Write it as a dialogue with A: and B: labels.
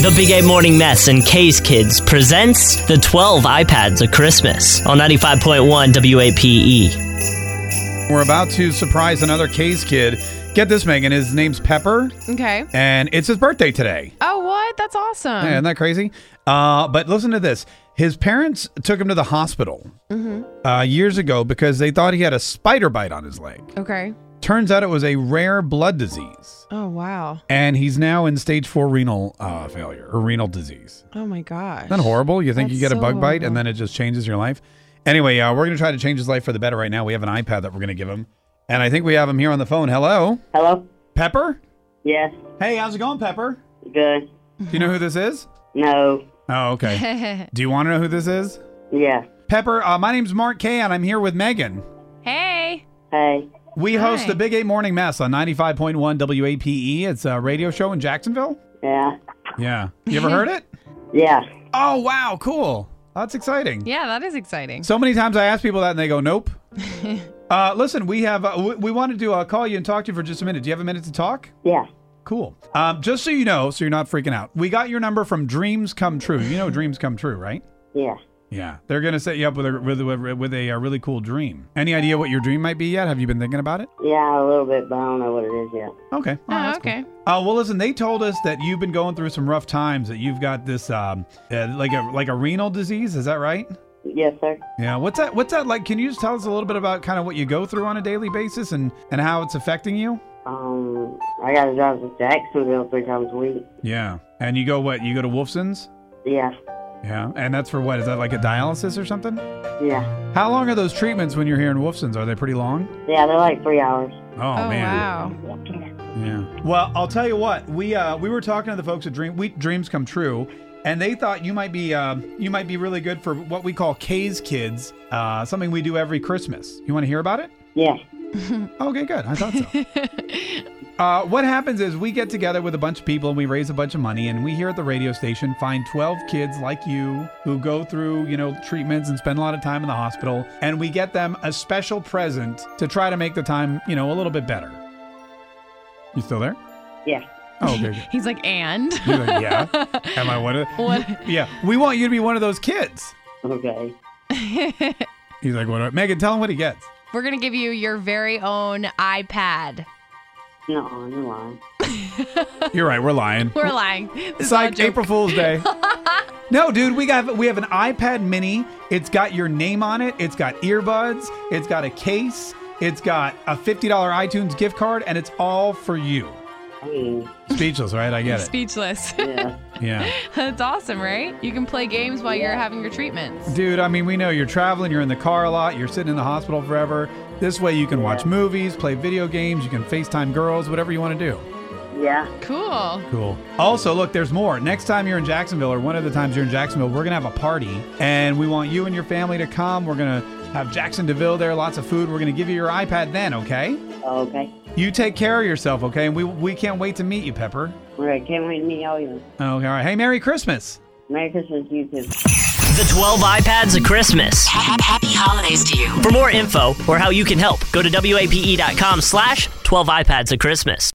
A: The Big A Morning Mess and K's Kids presents the 12 iPads of Christmas on 95.1 WAPE.
B: We're about to surprise another K's kid. Get this, Megan. His name's Pepper,
C: Okay.
B: and it's his birthday today.
C: Oh, what? That's awesome.
B: Hey, isn't that crazy? Uh, but listen to this. His parents took him to the hospital
C: Mm-hmm.
B: uh, years ago because they thought he had a spider bite on his leg.
C: Okay.
B: Turns out it was a rare blood disease,
C: Oh, wow.
B: and he's now in stage four renal uh, failure or renal disease.
C: Oh, my gosh.
B: Isn't that horrible? You think
C: That's
B: you get a
C: so
B: bug bite and
C: horrible.
B: then it just changes your life? Anyway, uh, we're going to try to change his life for the better right now. We have an iPad that we're going to give him. And I think we have him here on the phone. Hello?
D: Hello?
B: Pepper?
D: Yes.
B: Hey, how's it going, Pepper?
D: Good.
B: Do you know who this is?
D: No.
B: Oh, okay. Do you want to know who this is?
D: Yes.
B: Pepper, uh, my name's Mark Kay, and I'm here with Megan.
C: hey.
D: Hey.
B: We host
C: Hi.
B: the Big Eight Morning Mess on 95.1 WAPE. It's a radio show in Jacksonville.
D: Yeah.
B: Yeah. You ever heard it?
D: Yeah.
B: Oh, wow. Cool. That's exciting.
C: Yeah, that is exciting.
B: So oh, many times I ask people that and they go, nope. uh, listen, we have uh, we, we wanted to uh, call you and talk to you for just a minute. Do you have a minute to talk?
D: Yeah.
B: Cool. Um, just so you know, so you're not freaking out, we got your number from Dreams Come True. You know Dreams Come True, right?
D: Yeah.
B: Yeah, they're gonna set you up with a with a, with a, uh really cool dream. Any idea what your dream might be yet? Have you been thinking about it?
D: Yeah, a little bit, but I don't know what it is yet.
B: Okay. All right,
C: oh,
B: that's cool.
C: okay.
B: Uh, well, listen. They told us that you've been going through some rough times. That you've got this um, uh, like a like a renal disease. Is that right?
D: Yes, sir.
B: Yeah, what's that? What's that like? Can you just tell us a little bit about kind of what you go through on a daily basis and and how it's affecting you?
D: Um, I gotta drive to Jacksonville three times a week.
B: Yeah, and you go what? You go to Wolfson's?
D: Yeah.
B: Yeah, and that's for what? Is that like a dialysis or something?
D: Yeah.
B: How long are those treatments when you're here in Wolfson's? Are they pretty long?
D: Yeah, they're like three hours.
B: Oh,
C: Oh,
B: man.
C: wow.
B: Yeah. Well, I'll tell you what. We uh, we were talking to the folks at Dream we, Dreams Come True, and they thought you might be um, you might be really good for what we call K's Kids, uh, something we do every Christmas. You want to hear about it?
D: Yeah.
B: Okay, good. I thought so. uh, what happens is we get together with a bunch of people and we raise a bunch of money, and we here at the radio station find 12 kids like you who go through, you know, treatments and spend a lot of time in the hospital, and we get them a special present to try to make the time, you know, a little bit better. You still there?
D: Yeah.
B: Oh, okay. good.
C: He's like, and?
B: You're like, yeah. Am I one of?
C: What?
B: Yeah. We want you to be one of those kids.
D: Okay.
B: He's like, what? Megan, tell him what he gets.
C: We're going to give you your very own iPad.
D: No, you're lying.
B: You're right. We're lying.
C: We're lying. This
B: It's
C: is all a
B: like
C: joke.
B: April Fool's Day. no, dude, we got we have an iPad Mini. It's got your name on it. It's got earbuds. It's got a case. It's got a fifty dollar iTunes gift card, and it's all for you.
D: Hey.
B: Speechless, right? I get it.
C: Speechless.
D: Yeah.
B: Yeah,
C: That's awesome, right? You can play games while you're having your treatments.
B: dude. I mean, we know you're traveling. You're in the car a lot. You're sitting in the hospital forever. This way, you can watch movies, play video games. You can FaceTime girls, whatever you want to do.
D: yeah.
C: Cool.
B: Cool. Also, look, there's more. Next time you're in Jacksonville, or one of the times you're in Jacksonville, we're gonna have a party, and we want you and your family to come. We're gonna have Jackson Deville there, lots of food. We're gonna give you your iPad then, okay?
D: Okay.
B: You take care of yourself, okay? And we we can't wait to meet you, Pepper.
D: All right. Can't wait to meet all you.
B: Okay, all right. Hey, Merry Christmas.
D: Merry Christmas, you too.
A: The 12 iPads of Christmas.
E: Happy, happy holidays to you.
A: E For more info or how you can help, go to WAPE.com slash 12 iPads of Christmas.